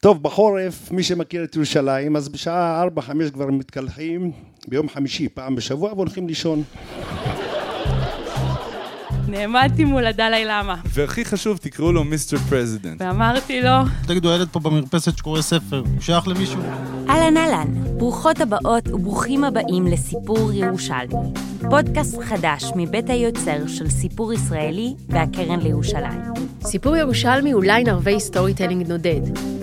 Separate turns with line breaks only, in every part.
טוב, בחורף, מי שמכיר את ירושלים, אז בשעה 4-5 כבר מתקלחים ביום חמישי, פעם בשבוע, והולכים לישון.
נעמדתי מול הדלי למה,
והכי חשוב, תקראו לו מיסטר פרזידנט.
ואמרתי לו,
תגידו, הילד פה במרפסת שקורא ספר, הוא שייך למישהו?
אהלן אהלן, ברוכות הבאות וברוכים הבאים לסיפור ירושלמי. פודקאסט חדש מבית היוצר של סיפור ישראלי והקרן לירושלים.
סיפור ירושלמי הוא ליין-ערבי סטורי טלינג נודד.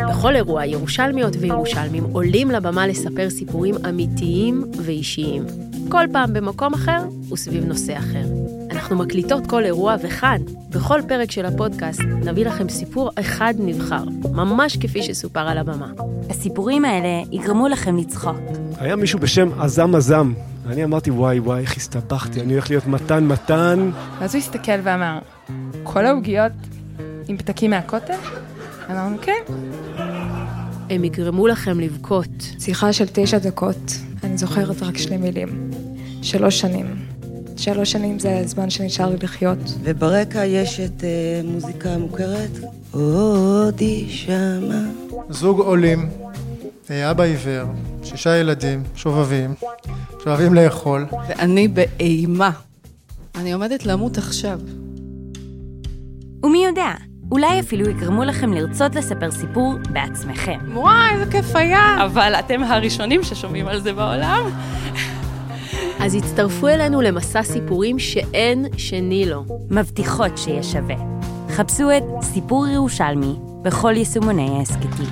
בכל אירוע ירושלמיות וירושלמים עולים לבמה לספר סיפורים אמיתיים ואישיים. כל פעם במקום אחר וסביב נושא אחר. אנחנו מקליטות כל אירוע, וכאן, בכל פרק של הפודקאסט, נביא לכם סיפור אחד נבחר, ממש כפי שסופר על הבמה.
הסיפורים האלה יגרמו לכם לצחוק.
היה מישהו בשם עזם עזם. אני אמרתי, וואי, וואי, איך הסתבכתי, אני הולך להיות מתן מתן.
ואז הוא הסתכל ואמר, כל העוגיות עם פתקים מהכותל? אמרנו, כן.
הם יגרמו לכם לבכות.
שיחה של תשע דקות, אני זוכרת רק שני מילים. שלוש שנים. שלוש שנים זה הזמן שנשאר לי לחיות.
וברקע יש את אה, מוזיקה מוכרת, עודי שמה.
זוג עולים, אה, אבא עיוור, שישה ילדים, שובבים, שאוהבים לאכול.
ואני באימה. אני עומדת למות עכשיו.
ומי יודע, אולי אפילו יגרמו לכם לרצות לספר סיפור בעצמכם.
וואי, איזה כיף היה! "אה, אבל אתם הראשונים ששומעים על זה בעולם.
אז הצטרפו אלינו למסע סיפורים שאין שני לו.
מבטיחות שיהיה שווה. חפשו את סיפור ירושלמי בכל יישומוני ההסכתים.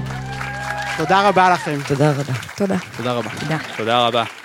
תודה רבה לכם.
תודה רבה.
תודה.
תודה רבה.
תודה.
תודה רבה.